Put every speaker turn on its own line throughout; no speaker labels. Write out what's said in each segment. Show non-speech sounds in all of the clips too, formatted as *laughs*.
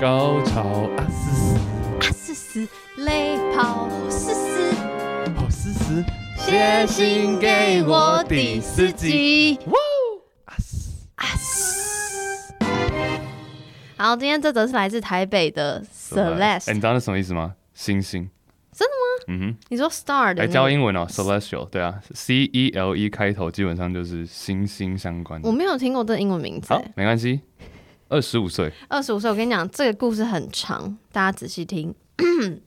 高潮啊嘶嘶，
啊嘶嘶，泪跑嘶嘶，
好嘶嘶，
写信给我第四集。
哇哦啊嘶，
啊嘶。好，今天这则是来自台北的
哎，你
Celeste，
知道那什么意思吗？星星。
真
的吗？嗯
你说 Star
哼，
的
来
那
教
个
英文哦，celestial，对啊，C E L E 开头，基本上就是星星相关
我
的。
没有听过这英文名字
好。，没关系。二十五岁，
二十五岁，我跟你讲，这个故事很长，大家仔细听。 *clears throat*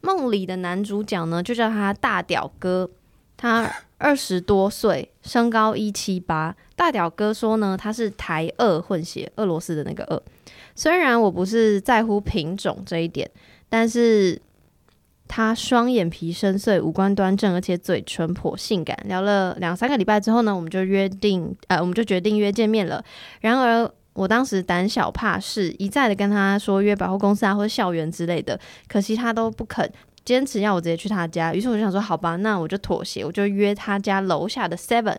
梦里的男主角呢，就叫他大屌哥，他二十多岁，身高一七八。大屌哥说呢，他是台俄混血，俄罗斯的那个俄。虽然我不是在乎品种这一点，但是他双眼皮深邃，五官端正，而且嘴唇颇性感。聊了两三个礼拜之后呢，我们就约定，呃，我们就决定约见面了。然而我当时胆小怕事，一再的跟他说约百货公司啊或者校园之类的，可惜他都不肯，坚持要我直接去他家。于是我就想说，好吧，那我就妥协，我就约他家楼下的 Seven。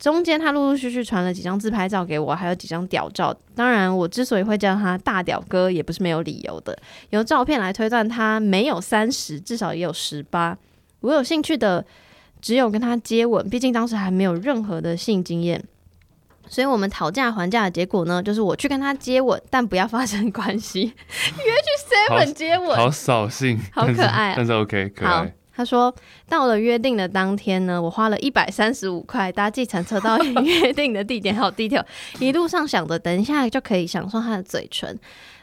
中间他陆陆续续传了几张自拍照给我，还有几张屌照。当然，我之所以会叫他大屌哥，也不是没有理由的。由照片来推断，他没有三十，至少也有十八。我有兴趣的只有跟他接吻，毕竟当时还没有任何的性经验。所以我们讨价还价的结果呢，就是我去跟他接吻，但不要发生关系， *laughs* 约去
好
Seven 接吻。
好扫兴，
好可爱啊
但是但是 OK，可
好
爱。，
他说到了约定的当天呢，我花了一百三十五块搭计程车到约定的地点，还有地铁。一路上想着等一下就可以享受他的嘴唇，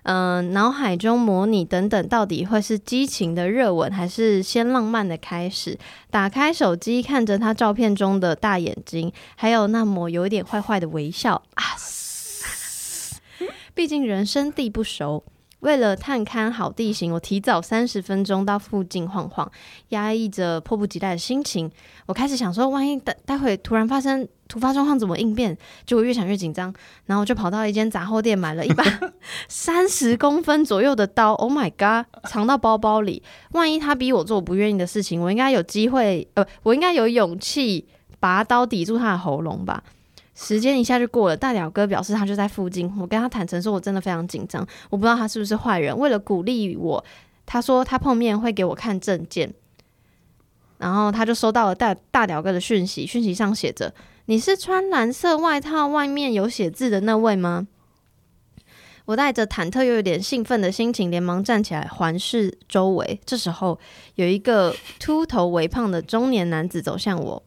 嗯、脑海中模拟等等，到底会是激情的热吻，还是先浪漫的开始？打开手机，看着他照片中的大眼睛，还有那抹有一点坏坏的微笑啊！毕竟人生地不熟。为了探勘好地形，我提早三十分钟到附近晃晃，压抑着迫不及待的心情。我开始想说，万一待待会突然发生突发状况怎么应变？结果越想越紧张，然后我就跑到一间杂货店买了一把三十公分左右的刀，Oh my god，藏到包包里。万一他逼我做我不愿意的事情，我应该有机会，呃，我应该有勇气拔刀抵住他的喉咙吧。时间一下就过了，大表哥表示他就在附近。我跟他坦诚说，我真的非常紧张，我不知道他是不是坏人。为了鼓励我，他说他碰面会给我看证件，然后他就收到了大大表哥的讯息，讯息上写着：“你是穿蓝色外套，外面有写字的那位吗？”我带着忐忑又有点兴奋的心情，连忙站起来环视周围。这时候，有一个秃头微胖的中年男子走向我：“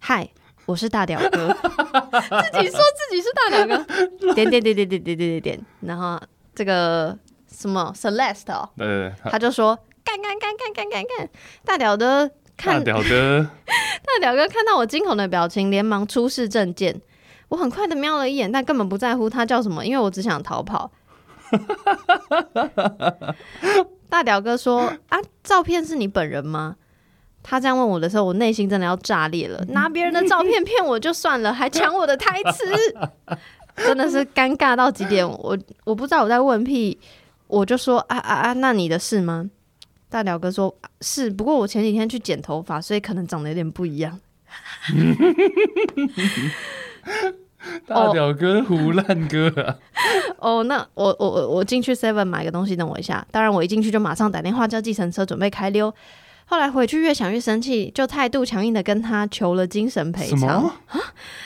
嗨，我是大屌哥。”自己说自己是大屌哥，点点点点点点点点点。然后这个什么 Celeste，、哦、
对对对，
他就说：“干干干干干干干！”大屌哥看
大屌哥，
*laughs* 大屌哥看到我惊恐的表情，连忙出示证件。我很快的瞄了一眼，但根本不在乎他叫什么，因为我只想逃跑。大屌哥说：“啊，照片是你本人吗？”他这样问我的时候，我内心真的要炸裂了。拿别人的照片骗我就算了，还抢我的台词，真的是尴尬到极点。我我不知道我在问屁，我就说：“啊啊啊，那你的事吗？”大屌哥说：“是，不过我前几天去剪头发，所以可能长得有点不一样。 *laughs*
大屌哥，胡烂哥啊！
哦，那我我我我进去 Seven 买个东西，等我一下。当然，我一进去就马上打电话叫计程车，准备开溜。后来回去越想越生气，就态度强硬的跟他求了精神赔
什
偿，
么？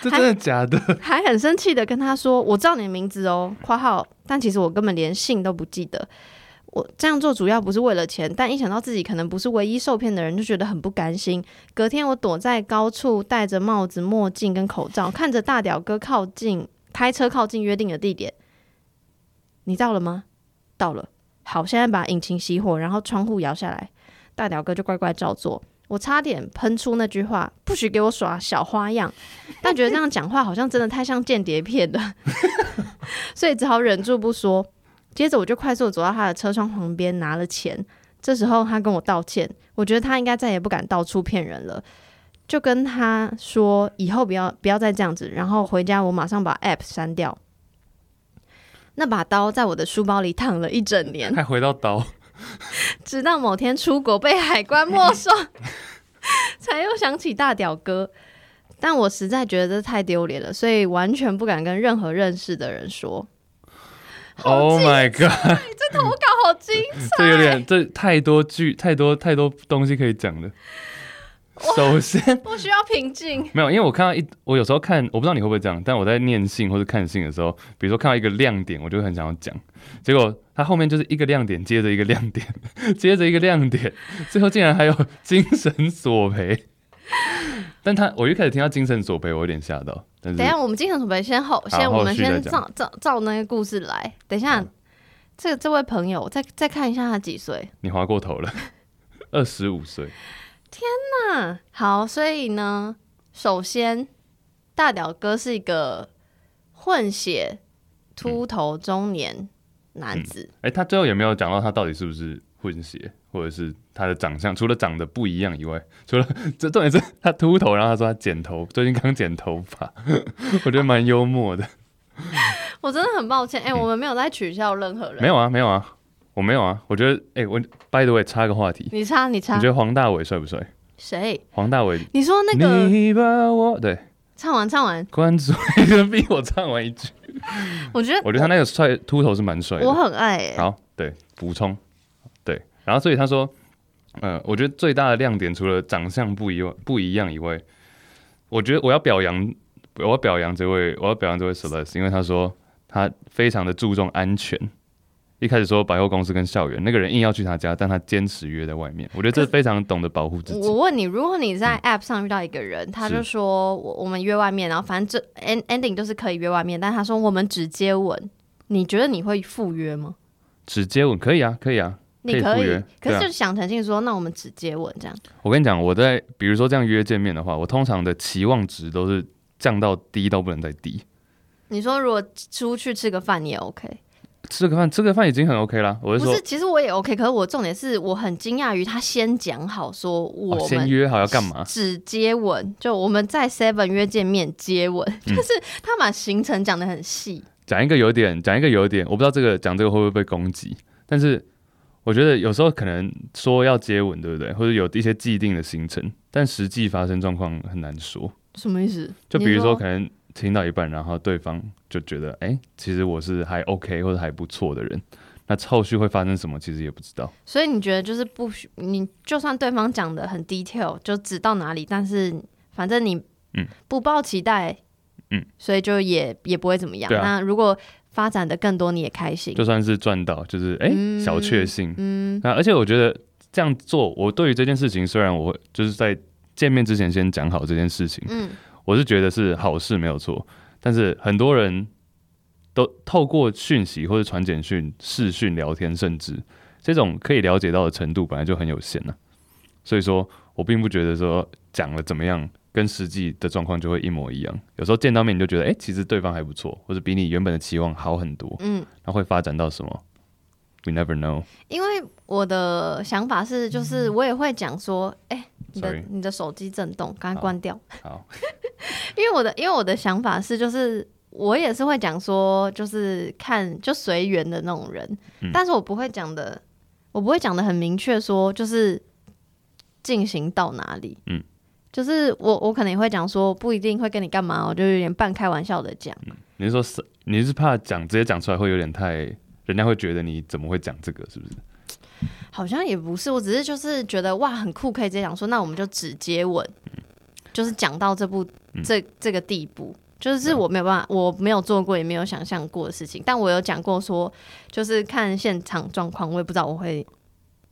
这真的假的？
还很生气的跟他说：“我知道你的名字哦，括号，但其实我根本连姓都不记得。”我这样做主要不是为了钱，但一想到自己可能不是唯一受骗的人，就觉得很不甘心。隔天，我躲在高处，戴着帽子、墨镜跟口罩，看着大屌哥靠近，开车靠近约定的地点。你到了吗？到了。好，现在把引擎熄火，然后窗户摇下来。大屌哥就乖乖照做。我差点喷出那句话：“不许给我耍小花样。” *laughs* 但觉得这样讲话好像真的太像间谍片了， *laughs* 所以只好忍住不说。接着我就快速走到他的车窗旁边拿了钱。这时候他跟我道歉，我觉得他应该再也不敢到处骗人了，就跟他说以后不要不要再这样子。然后回家我马上把 App 删掉。那把刀在我的书包里躺了一整年，
还回到刀，
直到某天出国被海关没收， *laughs* 才又想起大屌哥。但我实在觉得这太丢脸了，所以完全不敢跟任何认识的人说。
Oh my god，
这投稿好 *laughs* 精
这有点这太多剧，太多太多东西可以讲了。首先，
我需要平静。
没有，因为我看到一，我有时候看，我不知道你会不会这样，但我在念信或者看信的时候，比如说看到一个亮点，我就会很想要讲，结果它后面就是一个亮点，接着一个亮点， *laughs* 接着一个亮点，最后竟然还有精神索赔。但他，我一开始听到精神索赔，我有点吓到。但是
等一下，我们精神准备先后，先
后
我们
续再
先
讲
照照照那个故事来。等一下
好，
这这位朋友，我再再看一下他几岁。
你划过头了，二十五岁，
那啊好，所以呢，首先大屌哥是一个混血秃头中年男子，
哎、他最后有没有讲到他到底是不是混血，或者是他的长相？除了长得不一样以外，除了这重点是他秃头，然后他说他剪头，最近刚剪头发， *laughs* 我觉得蛮幽默的。
我真的很抱歉，哎、我们没有在取笑任何人。
嗯没有啊，没有啊，我没有啊。我觉得，哎、我 by the way 插个话题，
你插，你插
你觉，得黄大炜帅不帅？
谁？
黄大炜，
你说那个
你把我对
唱完唱完，
关注， *laughs* 你怎么逼我唱完一句？
我觉得
嗯我觉得他那个帅秃头是蛮帅的
我。很爱、哎
好，对，补充，对，然后所以他说，呃，我觉得最大的亮点除了长相不一样不一样以外，我觉得我要表扬，我要表扬这位，我要表扬这位 Celeste，因为他说他非常的注重安全。一开始说百货公司跟校园，那个人硬要去他家，但他坚持约在外面。我觉得这非常懂得保护自己嗯
我。问你，如果你在 App 上遇到一个人，他
是
就说我我们约外面，然后反正这 end ending 就是可以约外面，但他说我们只接吻，你觉得你会赴约吗？
只接吻可以啊，可以啊。可
你
以赴
以
约，
可
对
是
啊
就想澄清说，那我们只接吻这样。
我跟你讲，我在比如说这样约见面的话，我通常的期望值都是降到低到不能再低。
你说如果出去吃个饭你也 OK，
吃个饭，吃个饭已经很 OK 啦。我
不
是说
是？，其实我也 OK，可是我重点是我很惊讶于他先讲好说
哦
我
先
们
约好要干嘛？
只接吻，就我们在 Seven 约见面接吻，
嗯
就是他把行程讲的很细。
讲一个有点，讲一个有点，我不知道这个讲这个会不会被攻击，但是我觉得有时候可能说要接吻，对不对？或者有一些既定的行程，但实际发生状况很难说。
什么意思？
就比
你
如说，可能听到一半，然后对方就觉得，哎、其实我是还 OK 或者还不错的人，那后续会发生什么，其实也不知道。
所以你觉得就是不许你，就算对方讲的很 detail，就指到哪里，但是反正你
嗯
不抱期待，
嗯，
所以就也也不会怎么样。
对啊
那如果发展的更多，你也开心，
就算是赚到，就是哎、
嗯
小确幸。
嗯，
那而且我觉得这样做，我对于这件事情，虽然我会就是在见面之前先讲好这件事情，
嗯，
我是觉得是好事没有错，但是很多人都透过讯息或者传简讯、视讯聊天，甚至这种可以了解到的程度本来就很有限了、所以说我并不觉得说讲了怎么样。跟实际的状况就会一模一样。有时候见到面你就觉得，哎、其实对方还不错，或者比你原本的期望好很多。
嗯，
那会发展到什么？We never know。
因为我的想法是，就是我也会讲说，哎、你
嗯
的
Sorry
你的手机震动，赶快
好
关掉。
好，
*laughs* 因为我的因为我的想法是，就是我也是会讲说，就是看就随缘的那种人，
嗯
但是我不会讲的，我不会讲的很明确说就是进行到哪里，
嗯，
就是我我可能也会讲说不一定会跟你干嘛，我就有点半开玩笑的讲，
你是说是你是怕讲直接讲出来会有点太，人家会觉得你怎么会讲这个，是不是？
好像也不是，我只是就是觉得哇很酷，可以直接讲说那我们就只接吻，就是讲到这部、这这个地步，就是我没有办法，我没有做过，也没有想象过的事情，但我有讲过说，就是看现场状况，我也不知道我会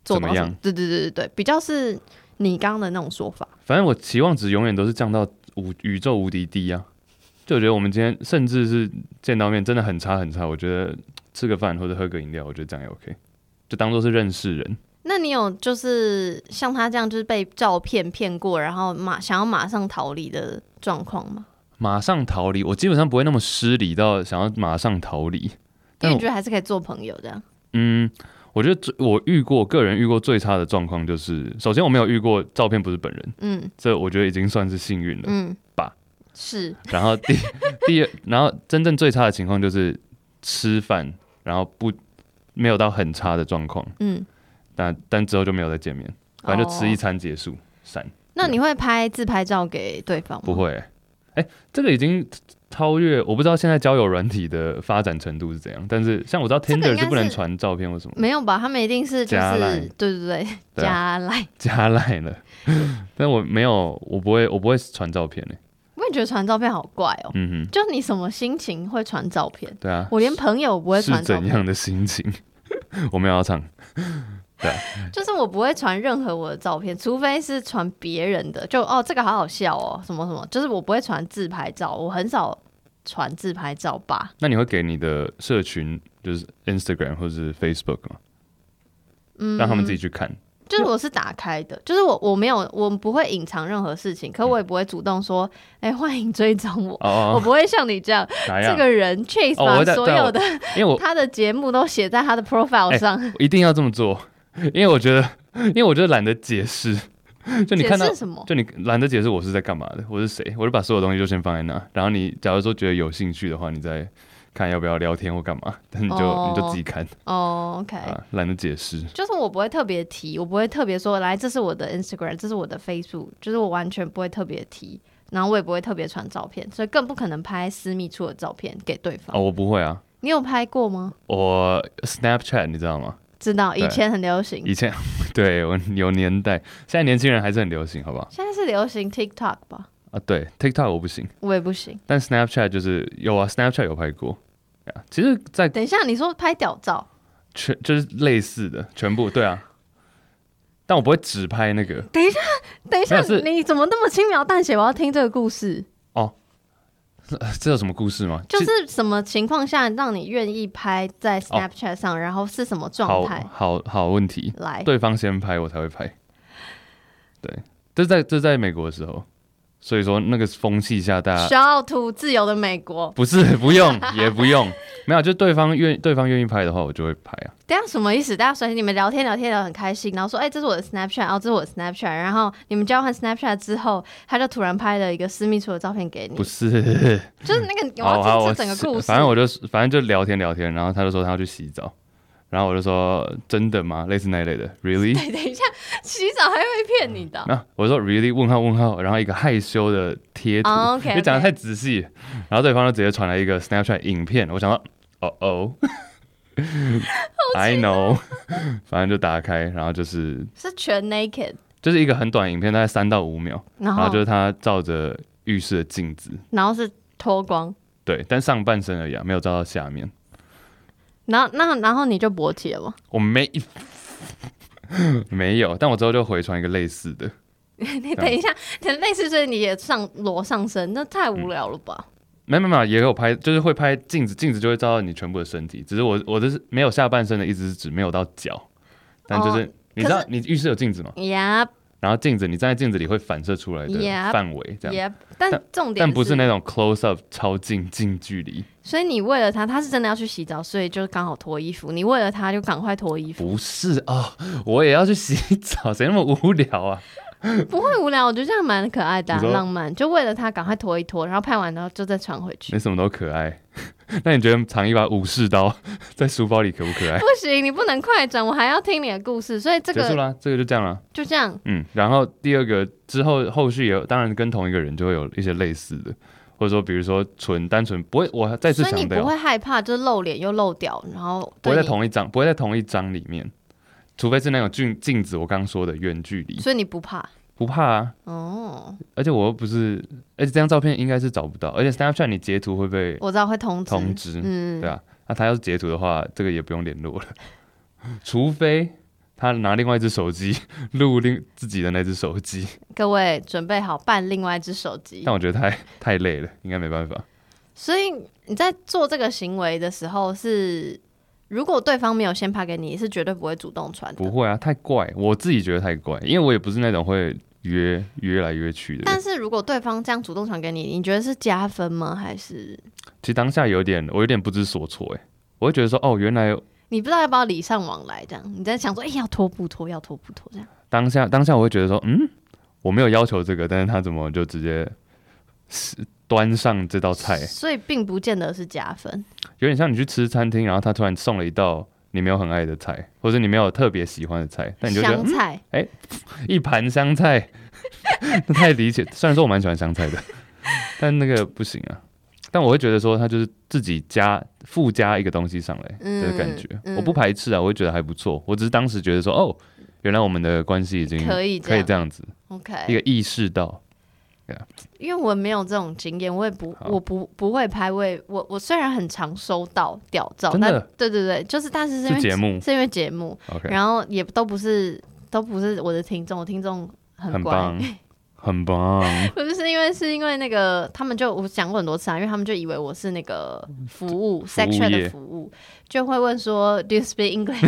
做到
怎么
什
样
么，对对对对对，比较是你刚刚的那种说法，
反正我期望值永远都是降到无宇宙无敌低啊。就我觉得我们今天甚至是见到面真的很差很差，我觉得吃个饭或者喝个饮料，我觉得这样也 OK，就当做是认识人。
那你有就是像他这样，就是被照片骗过，然后马想要马上逃离的状况吗？
马上逃离，我基本上不会那么失礼到想要马上逃离。
因
但我
为你觉得还是可以做朋友这样，
嗯，我觉得最我遇过个人遇过最差的状况就是，首先我没有遇过照片不是本人，
嗯
这我觉得已经算是幸运了。
嗯，
吧
是。
然后第 *laughs* 第二，然后真正最差的情况就是吃饭，然后不没有到很差的状况，
嗯，
但但之后就没有再见面，反正就吃一
哦
餐结束散。
那你会拍自拍照给对方吗？
不，会、欸，哎、这个已经超越，我不知道现在交友软体的发展程度是怎样，但是像我知道
这个应
Tinder
该
是不能
是
传照片或什么
没有吧？他们一定是就
加
是
赖
对对对
*laughs* 对啊
加赖。
加赖了， *laughs* 但我没有，我不会，我不会传照片诶、
我也觉得传照片好怪
*laughs*
哦，
嗯哼，
就你什么心情会传照片？
对啊，
我连朋友不会
是
传照
怎
片，
样的心情？ *laughs* 我没有要唱，
就是我不会传任何我的照片，除非是传别人的，就哦这个好好笑哦，什么什么，就是我不会传自拍照，我很少传自拍照吧。
那你会给你的社群就是 Instagram 或者是 Facebook 吗？
嗯，
让他们自己去看，
就是我是打开的，就是我我没有我不会隐藏任何事情，可我也不会主动说，哎、欢迎追踪我，
哦
我
哦，
不会像你这样，
哪
这
样？
个人 Chase
哎哦我
把
在
所
对啊
有的
因为
*laughs*
我
他的节目都写在他的 profile
哎
上，
我一定要这么做，因为我觉得，因为我就懒得解释，就你
解
看到
释什么？
就你懒得解释我是在干嘛的，我是谁，我就把所有东西就先放在那。然后你假如说觉得有兴趣的话，你再看要不要聊天或干嘛，但你就、
哦
你就自己看
哦，OK、o k
啊，懒得解释。
就是我不会特别提，我不会特别说来，这是我的 Instagram，这是我的 Facebook，就是我完全不会特别提，然后我也不会特别传照片，所以更不可能拍私密处的照片给对方。
哦，我不会啊，
你有拍过吗？
我 Snapchat 你知道吗？
知道
对
以前很流行，
以前 *laughs* 对我有年代，现在年轻人还是很流行，好不好？
现在是流行 TikTok 吧？
啊，对 TikTok 我不行，
我也不行。
但 Snapchat 就是有啊，Snapchat 有拍过。啊其实，在
等一下，你说拍屌照，
全就是类似的全部，对啊。但我不会只拍那个
等一下
没有是，
你怎么那么轻描淡写？我要听这个故事，
呃这有什么故事吗？
就
其哦
是什么情况下让你愿意拍在 Snapchat 上，然后是什么状
好
态？
好好问题，
来，
对方先拍我才会拍。对，这是在这是在美国的时候，所以说那个风气下，大家
小土自由的美国，
不是不用也不用，没有就对方愿对方愿意拍的话，我就会拍啊。
等一下什么意思？大家首先你们聊天聊天聊得很开心，然后说，哎、这是我的 Snapchat，哦，这是我的 Snapchat，然后你们交换 Snapchat 之后，他就突然拍了一个私密处的照片给你
不，是，嗯
就是那个，
好好，我
我啊要听这整个故事。
反正我就是反正就聊天聊天，然后他就说他要去洗澡，然后我就说真的吗？类似那一类的，really？
对， *laughs* 等一下，洗澡还会骗你的哦、
那、我说 really 问号问号，然后一个害羞的贴图，
哦
*laughs*
，OK，OK
因为讲的太仔细，然后对方就直接传来一个 Snapchat 影片，我想到哦哦，I know，反 *laughs* 正就打开，然后就是
是全 naked，
就是一个很短的影片，大概三到五秒，
然
然
后
后就是他照着浴室的镜子，
然后是脱光，
对，但上半身而已啊，没有照到下面，
然后那然后你就勃起了吗？
我没 *laughs* 没有，但我之后就回传一个类似的，
*laughs* 你等一下，等类似所以你也上裸上身，那太无聊了吧？
没没没，也有拍，就是会拍镜子，镜子就会照到你全部的身体。只是我我的是没有下半身的，一直是指没有到脚，但就是、
哦
你知道
可
你浴室有镜子嘛，
呀
然后镜子你站在镜子里会反射出来的
Yep
范围这样
也，但
但
重点
但不是那种 close up 超近近距离，
所以你为了他，他是真的要去洗澡，所以就刚好脱衣服。你为了他就赶快脱衣
*laughs*
服，
不是哦，我也要去洗澡，谁那么无聊啊？
不会无聊，我觉得这样蛮可爱的啊、
你说
浪漫。就为了他赶快脱一脱，然后拍完然后就再传回去。
没什么都可爱。 *laughs* 那你觉得藏一把武士刀 *laughs* 在书包里可不可爱？
不行，你不能快转，我还要听你的故事。所以这
结束
个
啦，这个就这样啦。
就这样，
嗯，然后第二个之后后续也有，当然跟同一个人就会有一些类似的，或者说比如说纯单纯不会，我再次
所以
强
你不
调，
会害怕，就是露脸又露屌，然后
不会
对
在
你，
同一张，不会在同一张里面，除非是那种镜镜子，我刚说的远距离，
所以你不怕
不怕啊。
哦。
而且我又不是，而且这张照片应该是找不到，而且 Snapchat 你截图会被
我知道会通知，
通知，
嗯
对，啊，那他要是截图的话，这个也不用联络了， *laughs* 除非他拿另外一只手机录另自己的那只手机，
各位准备好办另外一只手机。
但我觉得太太累了，应该没办法。
所以你在做这个行为的时候是，如果对方没有先拍给你，是绝对不会主动传
不
的。
会啊，太怪，我自己觉得太怪，因为我也不是那种会约约来约去的
但
人。
是如果对方这样主动传给你，你觉得是加分吗？还是
其实当下有点，我有点不知所措哎，我会觉得说，哦，原来
你不知道要不要礼尚往来这样？你在想说，哎、要拖不拖，要拖不拖这样？
当下当下我会觉得说，嗯，我没有要求这个，但是他怎么就直接是端上这道菜，
所以并不见得是加分。
有点像你去吃餐厅，然后他突然送了一道你没有很爱的菜，或者你没有特别喜欢的菜，那你就觉得、
香
嗯、
菜，
一盘香菜，那太理解。虽然说我蛮喜欢香菜的，但那个不行啊，但我会觉得说，它就是自己加附加一个东西上来的感觉，
嗯嗯
我不排斥啊，我会觉得还不错。我只是当时觉得说，哦，原来我们的关系已经
可以这
可以
样
这样子，一
OK，
个意识到，
因为我没有这种经验，我也不
好
我不不会拍，我也我我虽然很常收到屌照，
真的
但对对对，就是但是是因
是
为
节目
是因为节目，
，OK，
然后也都不是都不是我的听众，我听众
很
很乖，
棒，很棒，
*laughs* 不是因为是因为那个他们就我讲过很多次啊，因为他们就以为我是那个服务 section
业
的服务，就会问说 *laughs* Do you speak English，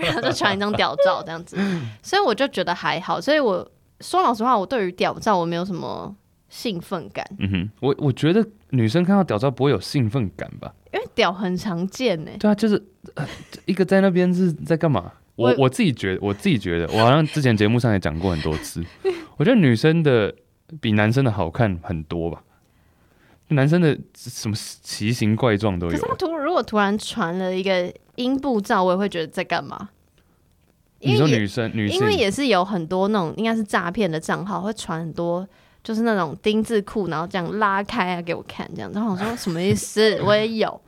然后就传一张屌照这样子，所以我就觉得还好，所以我说老实话，我对于屌照我没有什么兴奋感，
嗯哼，我我觉得女生看到屌照不会有兴奋感吧？
因为屌很常见欸呢、
对啊，就是、呃一个在那边是在干嘛？我
我
我自己觉得，我自己觉得，我好像之前节目上也讲过很多次，我觉得女生的比男生的好看很多吧，男生的什么奇形怪状都
可
有
是他，突如果突然传了一个阴部照，我也会觉得在干嘛？
你
因
说
为也
女生女性
因为也是有很多那种应该是诈骗的账号会传很多，就是那种丁字裤，然后这样拉开啊给我看，这样，然后我说什么意思？我也有，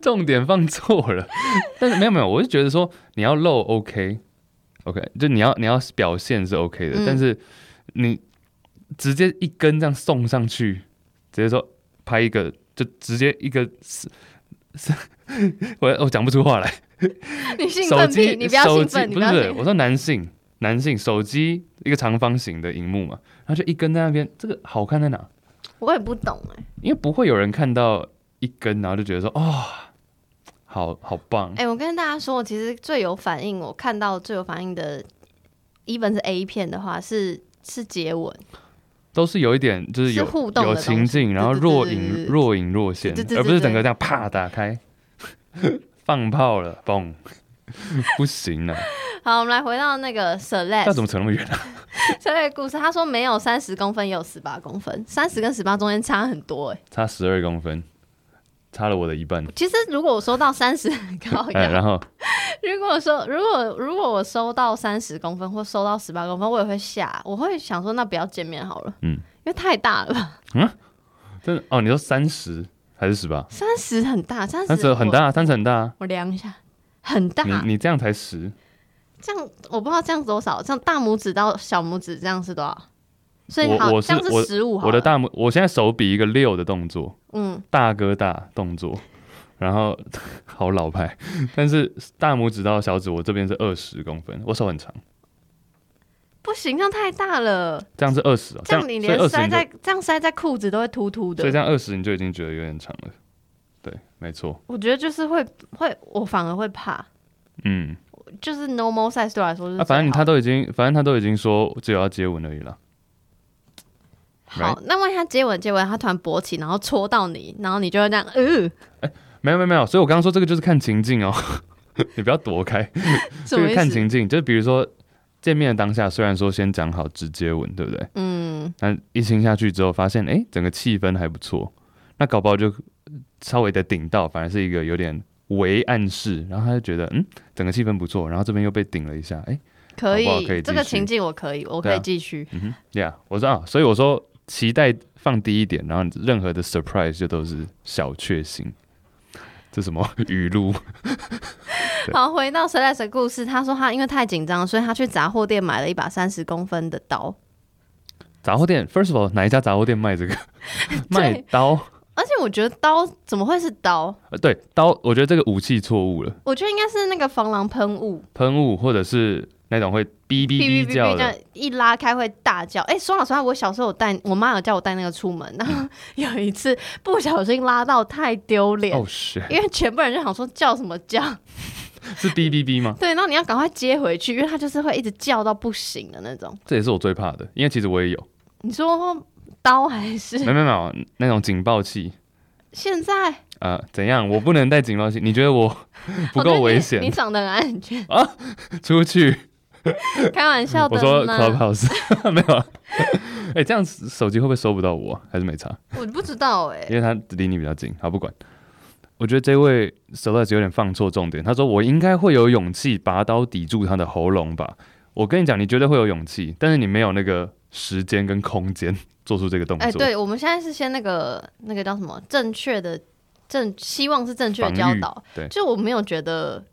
重点放错了， *laughs* 但是没有没有，我是觉得说你要露 OK OK，就你要你要表现是 OK 的，
嗯
但是你直接一根这样送上去，直接说拍一个，就直接一个是是， *laughs* 我我讲不出话来，
你兴
手
奋
机
屁，你不要
手
兴
机
奋，你
不是
要
不
兴
是，
奋。
我说男性男性手机一个长方形的荧幕嘛，然后就一根在那边，这个好看在哪？
我也不懂哎、
因为不会有人看到一根，然后就觉得说哦，好好棒
哎、，我跟大家说，我其实最有反应，我看到最有反应的，一本是 A 片的话是是接吻，
都是有一点就是
是
有
互动的
有
东西
情境，然后若
对对对对
隐
对
若隐若现
对对，对
而不是
对
整个这样啪打
*laughs*
开，放炮了，嘣， *laughs* 不行了，
好，我们来回到那个 Celeste，
那怎么扯那么远啊？
这类故事，他说没有三十公分，也有十八公分，三十跟十八中间差很多哎、
差十二公分，差了我的一半。
其实如果我收到三十 *laughs* 很高
哎，
呀，
然后
如果说如果如果我收到三十公分或收到十八公分，我也会吓，我会想说那不要见面好了，
嗯
因为太大了吧，
真的哦，你说三十还是十八？
三十很大，三
三十
十
很，大，啊三十很大，
我量一下，很大，
你你这样才十，
这样我不知道这样多少，这样大拇指到小拇指这样是多少？所以
我
好，
我是
这样
我
十五，
我的，大拇，我现在手比一个六的动作，
嗯，
大哥大动作，然后 *laughs* 好老派，但是大拇指到小指我这边是二十公分，我手很长，
不行，这样太大了，
这样是二十啊，
这样你
所以
连
二十
塞
你就
在这样塞在裤子都会突突的
所以，这样二十你就已经觉得有点长了，对，没错，
我觉得就是会会，我反而会怕，
嗯，
就是 normal size 对我来嗯说是最好的、
啊，反正他都已经，反正他都已经说只有要接吻而已啦，
好，那万一他接吻接吻，他突然勃起，然后戳到你，然后你就会这样，
*laughs*
呃，
没有没有没有，所以我刚刚说这个就是看情境哦， *laughs* 你不要躲开，
什
这
么
个
意
看
思？
情境，就是比如说见面的当下，虽然说先讲好直接吻，对不对？
嗯，
那一亲下去之后，发现哎、诶整个气氛还不错，那搞不好就呃稍微的顶到，反而是一个有点微暗示，然后他就觉得嗯，整个气氛不错，然后这边又被顶了一下，哎、
可以，
好不好可以继续
这个情境我可以，我可
对
以
啊
继续。
嗯哼，Yeah，我说啊，所以我说期待放低一点，然后任何的 surprise 就都是小确幸。这什么语录？对
好，回到 Celeste 的故事，他说他因为太紧张，所以他去杂货店买了一把三十公分的刀，
杂货店，First of all，哪一家杂货店卖
*laughs*
这个？卖刀？
而且我觉得刀怎么会是刀？
呃对，刀，我觉得这个武器错误了，
我觉得应该是那个防狼喷雾，
喷雾或者是那种会哔哔
哔哔
哔
哔
叫
哔，这
的
样，一拉开会大叫。哎、说老实话，我小时候有带我妈有叫我带那个出门，然后有一次不小心拉到，太丢脸。
哦，是
因为全部人就想说叫什么叫，
是哔哔哔吗？
对，然后你要赶快接回去，因为它就是会一直叫到不行的那种。
这也是我最怕的，因为其实我也
*laughs*
有，
你说刀还
没
是 *laughs*
有没有没有那种警报器，
现在
呃，怎样？我不能带警报器？你觉得我 *laughs* 不
我觉得
够
你
危险
哦你？长得很安全，
出去？
开玩笑
嗯我
的
说
呢。
Clubhouse *laughs* 没有啊？哎、这样子手机会不会收不到我啊、还是没差？
我不知道哎、
*laughs* 因为他离你比较近，好不管。我觉得这位 Celeste 有点放错重点。他说：“我应该会有勇气拔刀抵住他的喉咙吧？”我跟你讲，你绝对会有勇气，但是你没有那个时间跟空间做出这个动作。
哎，对，我们现在是先那个那个叫什么正确的正，希望是正确的
防
教
御
导。
对
就我没有觉得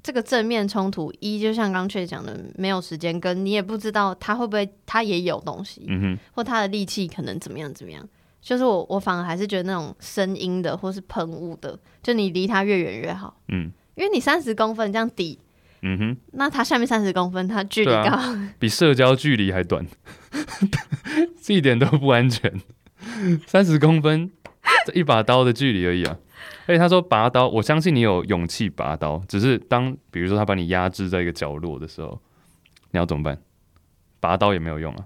这个正面冲突，一就像刚确讲的，没有时间跟你也不知道他会不会他也有东西，
嗯
或他的力气可能怎么样怎么样。就是我我反而还是觉得那种声音的或是喷雾的，就你离他越远越好，
哼，嗯
因为你三十公分这样抵，
嗯哼。
那他下面三十公分，他距离
对啊
高， *laughs*
比社交距离还短， *laughs* 这一点都不安全。三十公分，这一把刀的距离而已啊。而且他说拔刀，我相信你有勇气拔刀，只是当比如说他把你压制在一个角落的时候，你要怎么办？拔刀也没有用啊。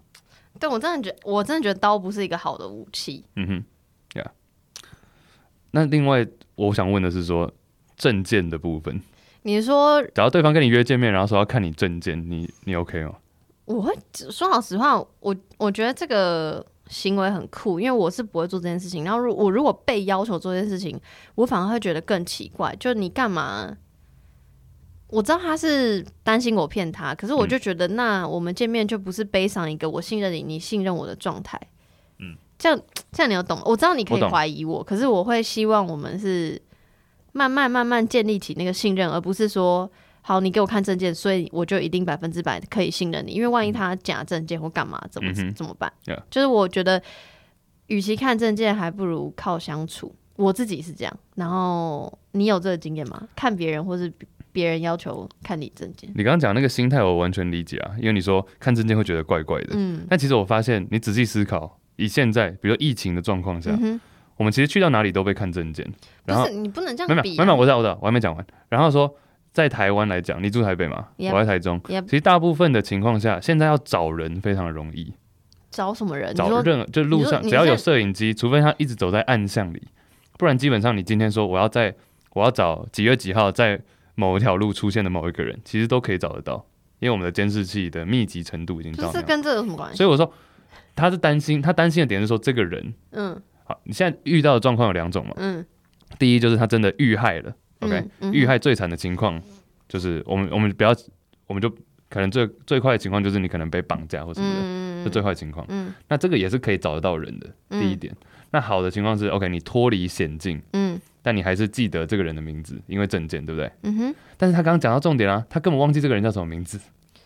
对我真的觉，我真的觉得刀不是一个好的武器。
嗯哼，呀、那另外我想问的是说证件的部分，
你说
假如对方跟你约见面，然后说要看你证件，你你 OK 吗？
我会说老实话，我我觉得这个行为很酷，因为我是不会做这件事情。然后如我如果被要求做这件事情，我反而会觉得更奇怪，就你干嘛？我知道他是担心我骗他，可是
嗯
我就觉得，那我们见面就不是背上一个我信任你，你信任我的状态。嗯，这样这样你有懂吗？我知道你可
我
以
懂
怀疑我，可是我会希望我们是慢慢慢慢建立起那个信任，而不是说好，你给我看证件，所以我就一定百分之百可以信任你，因为万一他假证件或干嘛，怎么、
嗯哼
怎么办
Yeah
就是我觉得，与其看证件，还不如靠相处。我自己是这样，然后你有这个经验吗？看别人或是别人要求看你证件，
你刚刚讲那个心态，我完全理解啊，因为你说看证件会觉得怪怪的，
嗯
但其实我发现，你仔细思考，以现在比如说疫情的状况下，
嗯哼，
我们其实去到哪里都被看证件。然
不
后
是你不能这
没有
样
没
比、
有
啊，
没有，我知道我知道，我还没讲完。然后说，在台湾来讲，你住台北嘛
Yep
我在台中
Yep
其实大部分的情况下，现在要找人非常容易，
找什么人？你
找
说
任就路
你说
上
你
只要有
现
摄影机，除非他一直走在暗巷里，不然基本上你今天说我要在我要找几月几号在某一条路出现的某一个人，其实都可以找得到，因为我们的监视器的密集程度已经到
就
那
是
样。
跟这有什么关系？
所以我说，他是担心，他担心的点是说，这个人，
嗯
好，你现在遇到的状况有两种嘛，
嗯
第一就是他真的遇害了，OK，、
嗯嗯
遇害最惨的情况就是我们我们不要，我们就可能最最快的情况就是你可能被绑架或什么的，
嗯
是最坏情况。
嗯
那这个也是可以找得到人的，
嗯
第一点。那好的情况是，OK，你脱离险境，
嗯
但你还是记得这个人的名字，因为证件，对不对？
嗯哼，
但是他刚刚讲到重点啊，他根本忘记这个人叫什么名字。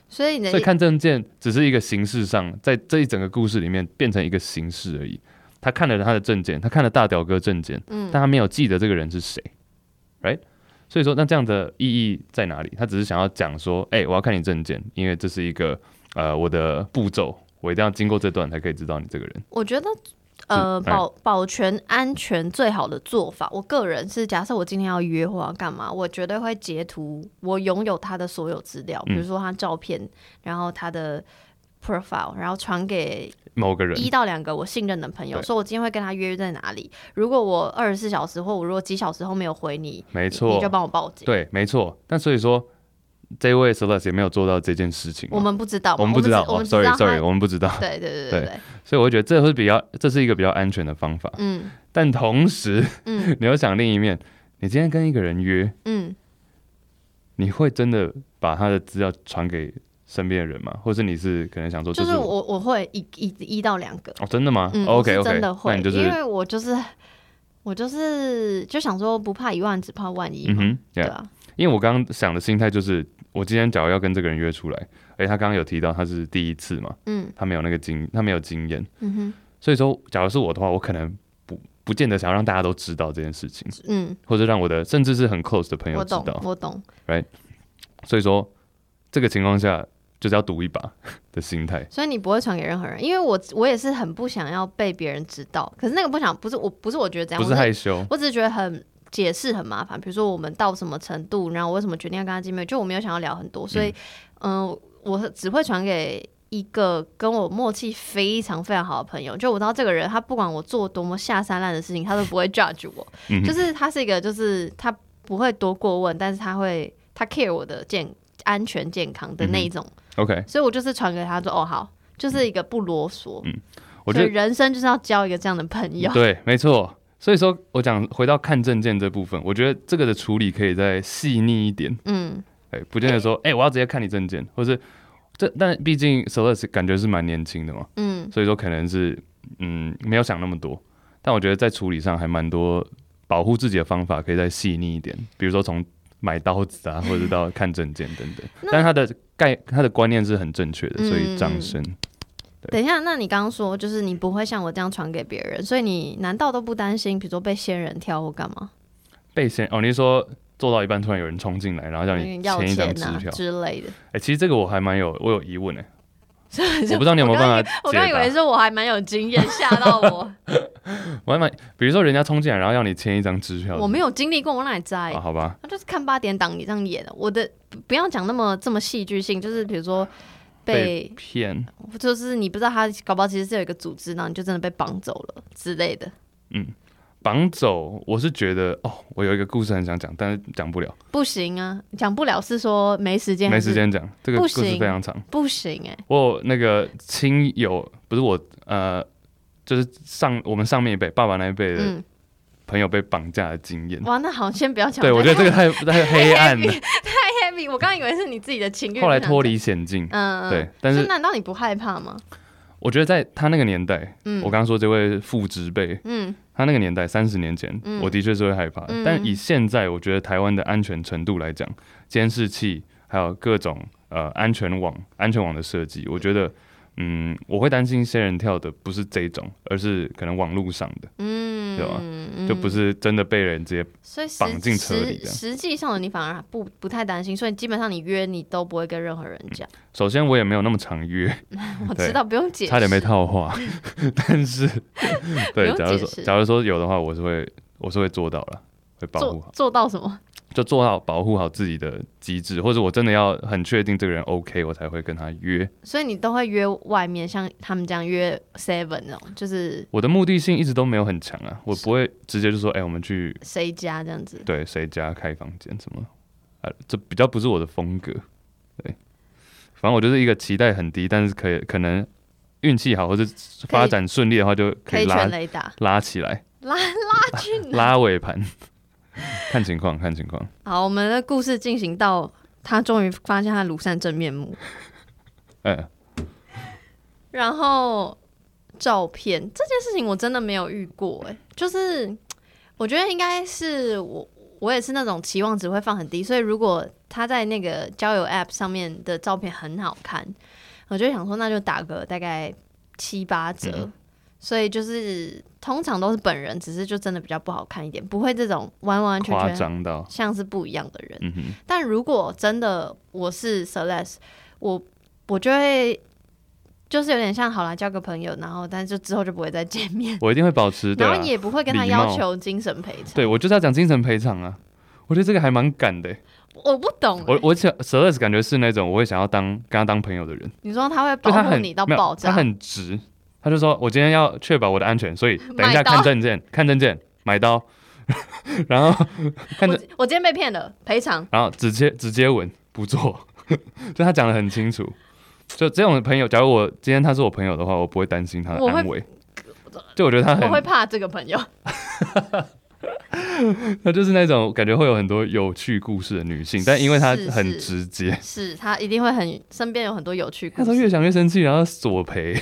所以你的
所以看证件只是一个形式上，在这一整个故事里面变成一个形式而已。他看了他的证件，他看了大屌哥证件，
嗯
但他没有记得这个人是谁，right？所以说，那这样的意义在哪里？他只是想要讲说，哎、我要看你证件，因为这是一个呃我的步骤，我一定要经过这段才可以知道你这个人。
我觉得，呃，
哎
保保全安全最好的做法，我个人是假设我今天要约或要干嘛，我绝对会截图我拥有他的所有资料，
嗯
比如说他照片，然后他的 profile，然后传给
某个人，
一到两个我信任的朋友，
对
说我今天会跟他约在哪里。如果我二十四小时或我如果几小时后没有回你，
没
没
错
你就，帮我报警。
对，没错。那所以说，这位 Celeste 也没有做到这件事情嘛。
我们不知道嘛，
我们不知道，哦
我们只我们只知道
，sorry，sorry，
他
我们不知道。
对对对对对，
所以我觉得这会比较，这是一个比较安全的方法。
嗯
但同时，
嗯
你要想另一面，你今天跟一个人约，
嗯，
你会真的把他的资料传给身边的人吗？或是你是可能想说，
就
这
是
是我
我我会一一一到两个。
哦，真的吗、
嗯
o k
我
OK，
是真的会，
那你就
因
是
为我就是我就是就想说不怕一万，只怕万一
嗯
嘛，
哼
对
，Yeah。
啊，
因为我刚刚想的心态就是，我今天假如要跟这个人约出来，而且他刚刚有提到他是第一次嘛，
嗯
他没有那个经，他没有经验，
嗯哼，
所以说，假如是我的话，我可能不不见得想要让大家都知道这件事情，
嗯，
或者让我的甚至是很 close 的朋友
我
知
懂
道。
我懂，
所以说，这个情况下就是要赌一把的心态。
所以你不会传给任何人，因为我我也是很不想要被别人知道，可是那个不想不是我不是我觉得这样，
不是
我
害羞，
我只是觉得很解释很麻烦。比如说我们到什么程度，然后我为什么决定要跟他见面，就我没有想要聊很多，所以嗯、呃我只会传给。一个跟我默契非常非常好的朋友，就我知道这个人，他不管我做多么下三滥的事情，他都不会 judge 我。
嗯哼
就是他是一个，就是他不会多过问，但是他会他 care 我的健安全健康的那一种，
OK，
所以我就是传给他说，哦好，就是一个不啰嗦。
嗯我觉
所以
得
人生就是要交一个这样的朋友。
对，没错。所以说我讲回到看证件这部分，我觉得这个的处理可以再细腻一点。
嗯，
哎，不见得说，哎、我要直接看你证件，或是这但毕竟 Celeste 感觉是蛮年轻的嘛，
嗯，
所以说可能是嗯没有想那么多，但我觉得在处理上还蛮多保护自己的方法可以再细腻一点，比如说从买刀子啊，或者到看证件等
嗯
等。但他的概他的观念是很正确的，所以掌声。
等一下，那你刚刚说就是你不会像我这样传给别人，所以你难道都不担心，比如说被仙人跳或干嘛，
被先哦，你是说做到一半突然有人冲进来，然后叫你
要
签一张
钱
支
啊
票？哎、
之类的？
其实这个我还蛮有我有疑
*laughs*
问哎、
我
我不知道你有没有办法
我
解
刚以
答
为是我还蛮有经验，吓
*laughs*
到我，
我还蛮，比如说人家冲进来，然后要你签一张支票，
我没有经历过，我哪里知道
啊，好吧，
他就是看八点档你这样演的。我的不不要讲那么这么戏剧性，就是比如说被，
骗，
就是你不知道他搞不好其实是有一个组织，然后你就真的被绑走了之类的。
嗯，绑走，我是觉得哦，我有一个故事很想讲，但是讲不了，
不行啊，讲不了是说没时间，
没时，间讲，这个
不
故事
行
非常长。
不行哎、
我有那个亲友不是我呃，就是上我们上面一辈爸爸那一辈的
嗯，
朋友被绑架的经验。
哇，那好，先不要讲。
对，我觉得这个
*laughs*
太太黑暗了。
太 heavy，我刚以为是你自己的情欲。
后来脱离险境，
嗯，嗯，
对，但
所以
是
难道你不害怕吗？
我觉得在他那个年代，
嗯，
我刚刚说这位父职辈，
嗯
他那个年代三十年前，
嗯
我的确是会害怕的。
嗯
但以现在我觉得台湾的安全程度来讲，监视器还有各种呃安全网、安全网的设计，我觉得嗯，我会担心仙人跳的不是这种，而是可能网络上的，
嗯，
对吧啊
嗯
就不，是真的被人直接
所以实
绑进车里这
实
样
实际上的你反而不不太担心，所以基本上你约你都不会跟任何人讲。
首先，我也没有那么常约，
我
对
知道，不用解释，
差点没套
*laughs*
话。但是，对，
不用
假如
解
说
释
假如说有的话，我是会我是会做到了，会保护
做
好，
做到什么？
就做好保护好自己的机制，或者我真的要很确定这个人 OK，我才会跟他约。
所以你都会约外面，像他们这样约 seven 那种，就是
我的目的性一直都没有很强啊，我不会直接就说，哎、我们去
谁家这样子。
对谁家开房间什么，啊，这比较不是我的风格。对，反正我就是一个期待很低，但是可以可能运气好或者发展顺利的话，就可
可
以
以
拉
全雷打，
拉起来。
拉去哪？
拉尾盘， *laughs* 看情况，看情况。
好，我们的故事进行到他终于发现他庐山真面目，
嗯、
然后照片这件事情我真的没有遇过、哎，就是我觉得应该是我我也是那种期望值会放很低，所以如果他在那个交友 App 上面的照片很好看，我就会想说那就打个大概七八折，
嗯
所以就是通常都是本人，只是就真的比较不好看一点，不会这种完完全
夸
全
张到，
像是不一样的人。
嗯哼，
但如果真的我是 Celeste，我我就会就是有点像好啦，交个朋友，然后但是就之后就不会再见面，
我一定会保持。对
然
啊
后你也不会跟他
礼貌
要求精神赔偿。
对我就是要讲精神赔偿啊。我觉得这个还蛮敢的欸、
我不懂，
我我想 s e l e s 感觉是那种我会想要当跟他当朋友的人，
你说他会
就
保
他
护
很
你到
没有
爆
他
炸，
很直，他就说我今天要确保我的安全，所以等一下
买刀
看证件，看证件，买刀， *laughs* 然后看
我
着，
我今天被骗了，赔偿。
然后直接直接吻，不做，就他讲的很清楚。就这种朋友，假如我今天他是我朋友的话，我不会担心他的
我会
安危。 *laughs* 就我觉得他
我
很
会怕这个朋友，
她就是那种感觉会有很多有趣故事的女性，但因为她
是
很
是
直接，
是他一定会很身边有很多有趣故
她说
事，
越想越生气，然后索赔。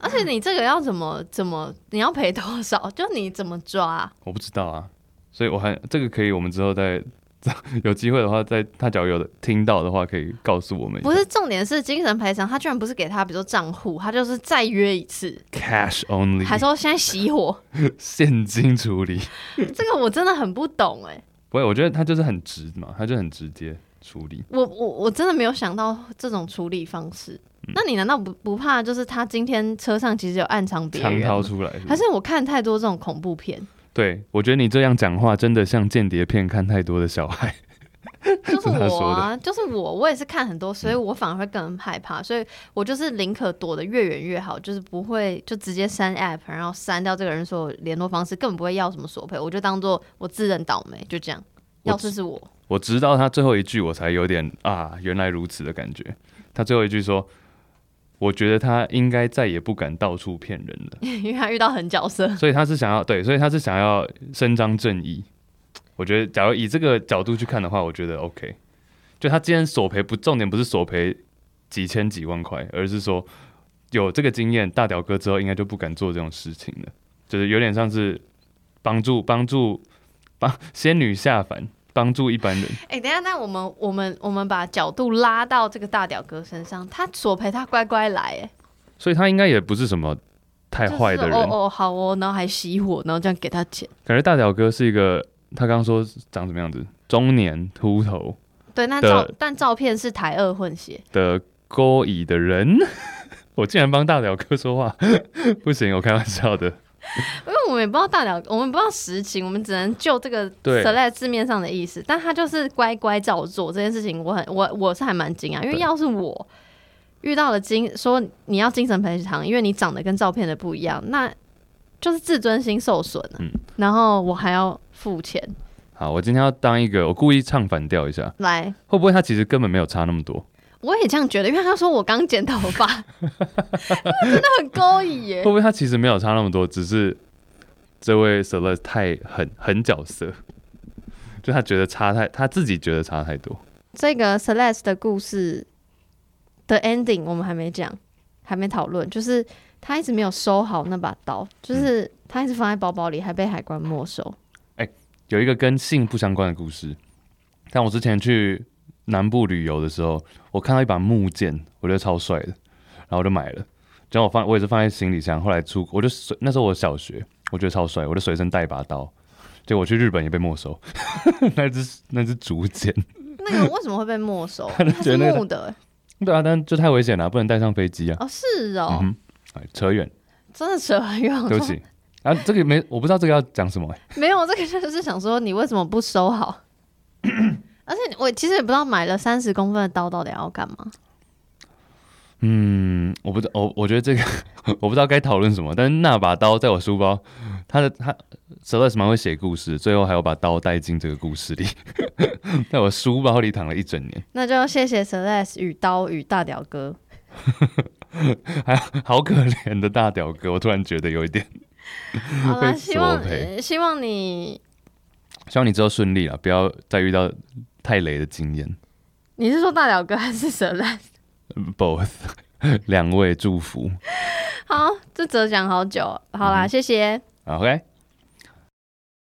而且你这个要怎么怎么，你要赔多少？ *laughs* 就你怎么抓啊、
我不知道啊，所以我还这个可以，我们之后再 *laughs* 有机会的话，在她假如有的听到的话，可以告诉我们一下。
不是重点是精神赔偿，他居然不是给他，比如说账户，他就是再约一次，
cash
还
only，
说现在熄火，
*laughs*
*laughs*
现金处理。
这个我真的很不懂哎、
不会，我觉得她就是很直嘛，她就很直接处理。
我我我真的没有想到这种处理方式。
嗯
那你难道不不怕？就是他今天车上其实有暗藏别
长
人
掏
吗，
出来是不
还
是，
是我看太多这种恐怖片？
*laughs* 对我觉得你这样讲话真的像间谍片看太多的小孩。 *laughs*
就是
他
我
说嗯
啊，就是我，我也是看很多，所以我反而会更害怕，所以我就是宁可躲得越远越好，就是不会就直接删 app，然后删掉这个人所有联络方式，根本不会要什么索赔，我就当做我自认倒霉，就这样。
我
要是是我， *laughs*
我直到他最后一句，我才有点啊，原来如此的感觉。他最后一句说：“我觉得他应该再也不敢到处骗人了。
因为他遇到狠角色，”
所以他是想要对，所以他是想要伸张正义。我觉得，假如以这个角度去看的话，我觉得 OK。就他今天索赔不重点，不是索赔几千几万块，而是说有这个经验，大屌哥之后应该就不敢做这种事情了，就是有点像是帮助帮助帮仙女下凡，帮助一般人。
哎、等一下，那我们我们我们把角度拉到这个大屌哥身上，他索赔他乖乖来、哎，
所以他应该也不是什么太
就是
坏的人。
哦哦好哦，然后还熄火，然后这样给他钱。
感觉大屌哥是一个，他刚刚说长什么样子，中年秃头
对，那
的
照但照片是台二混血，
的勾引的人。 *laughs* 我竟然帮大屌哥说话， *laughs* 不行，我开玩笑的。
因为我们也不知道大屌，我们不知道实情，我们只能就这个
对
select 字面上的意思。但他就是乖乖照做这件事情，我很我我是还蛮惊讶，因为
对
要是我遇到了精说你要精神赔偿，因为你长得跟照片的不一样，那就是自尊心受损、啊
嗯
然后我还要付钱
好，我今天要当一个，我故意唱反调一下，
来。
会不会他其实根本没有差那么多？
我也这样觉得，因为他说我刚剪头发， *laughs* 那真的很勾引耶
会。不会他其实没有差那么多，只是这位 Celeste 太狠狠角色，就他觉得差太，他自己觉得差太多。
这个 Celeste 的故事的 ending 我们还没讲，还没讨论，就是他一直没有收好那把刀，就是他一直放在包包里，还被海关没收。
有一个跟性不相关的故事，但我之前去南部旅游的时候，我看到一把木剑，我觉得超帅的，然后我就买了。然后我放，我也是放在行李箱。后来出，我就随那时候我小学，我觉得超帅，我就随身带一把刀。结果我去日本也被没收， *laughs* 那只那只竹剑。
那个为什么会被没收？
*laughs* 他就
它
觉得
是
那个
木的
对啊，但就太危险了，不能带上飞机啊。
哦，是哦，
嗯哼，哎扯远，
真的扯很远。
对不起。啊，这个没，我不知道这个要讲什么、哎
没有，这个就是想说你为什么不收好？ *coughs* 而且我其实也不知道买了三十公分的刀到底要干嘛。
嗯，我不知我我觉得这个我不知道该讨论什么，但是那把刀在我书包，他的他 Celeste 蛮会写故事，最后还有把刀带进这个故事里， *laughs* 在我书包里躺了一整年，
那就谢谢 Celeste 与刀与大屌哥。
好可怜的大屌哥，我突然觉得有一点，
好啦，
被
希望
索赔
呃希望你，
希望你之后顺利了，不要再遇到太雷的经验。
你是说大屌哥还是 Celeste？
Both 两位祝福
好，这则讲好久，好啦，谢谢。
好，OK。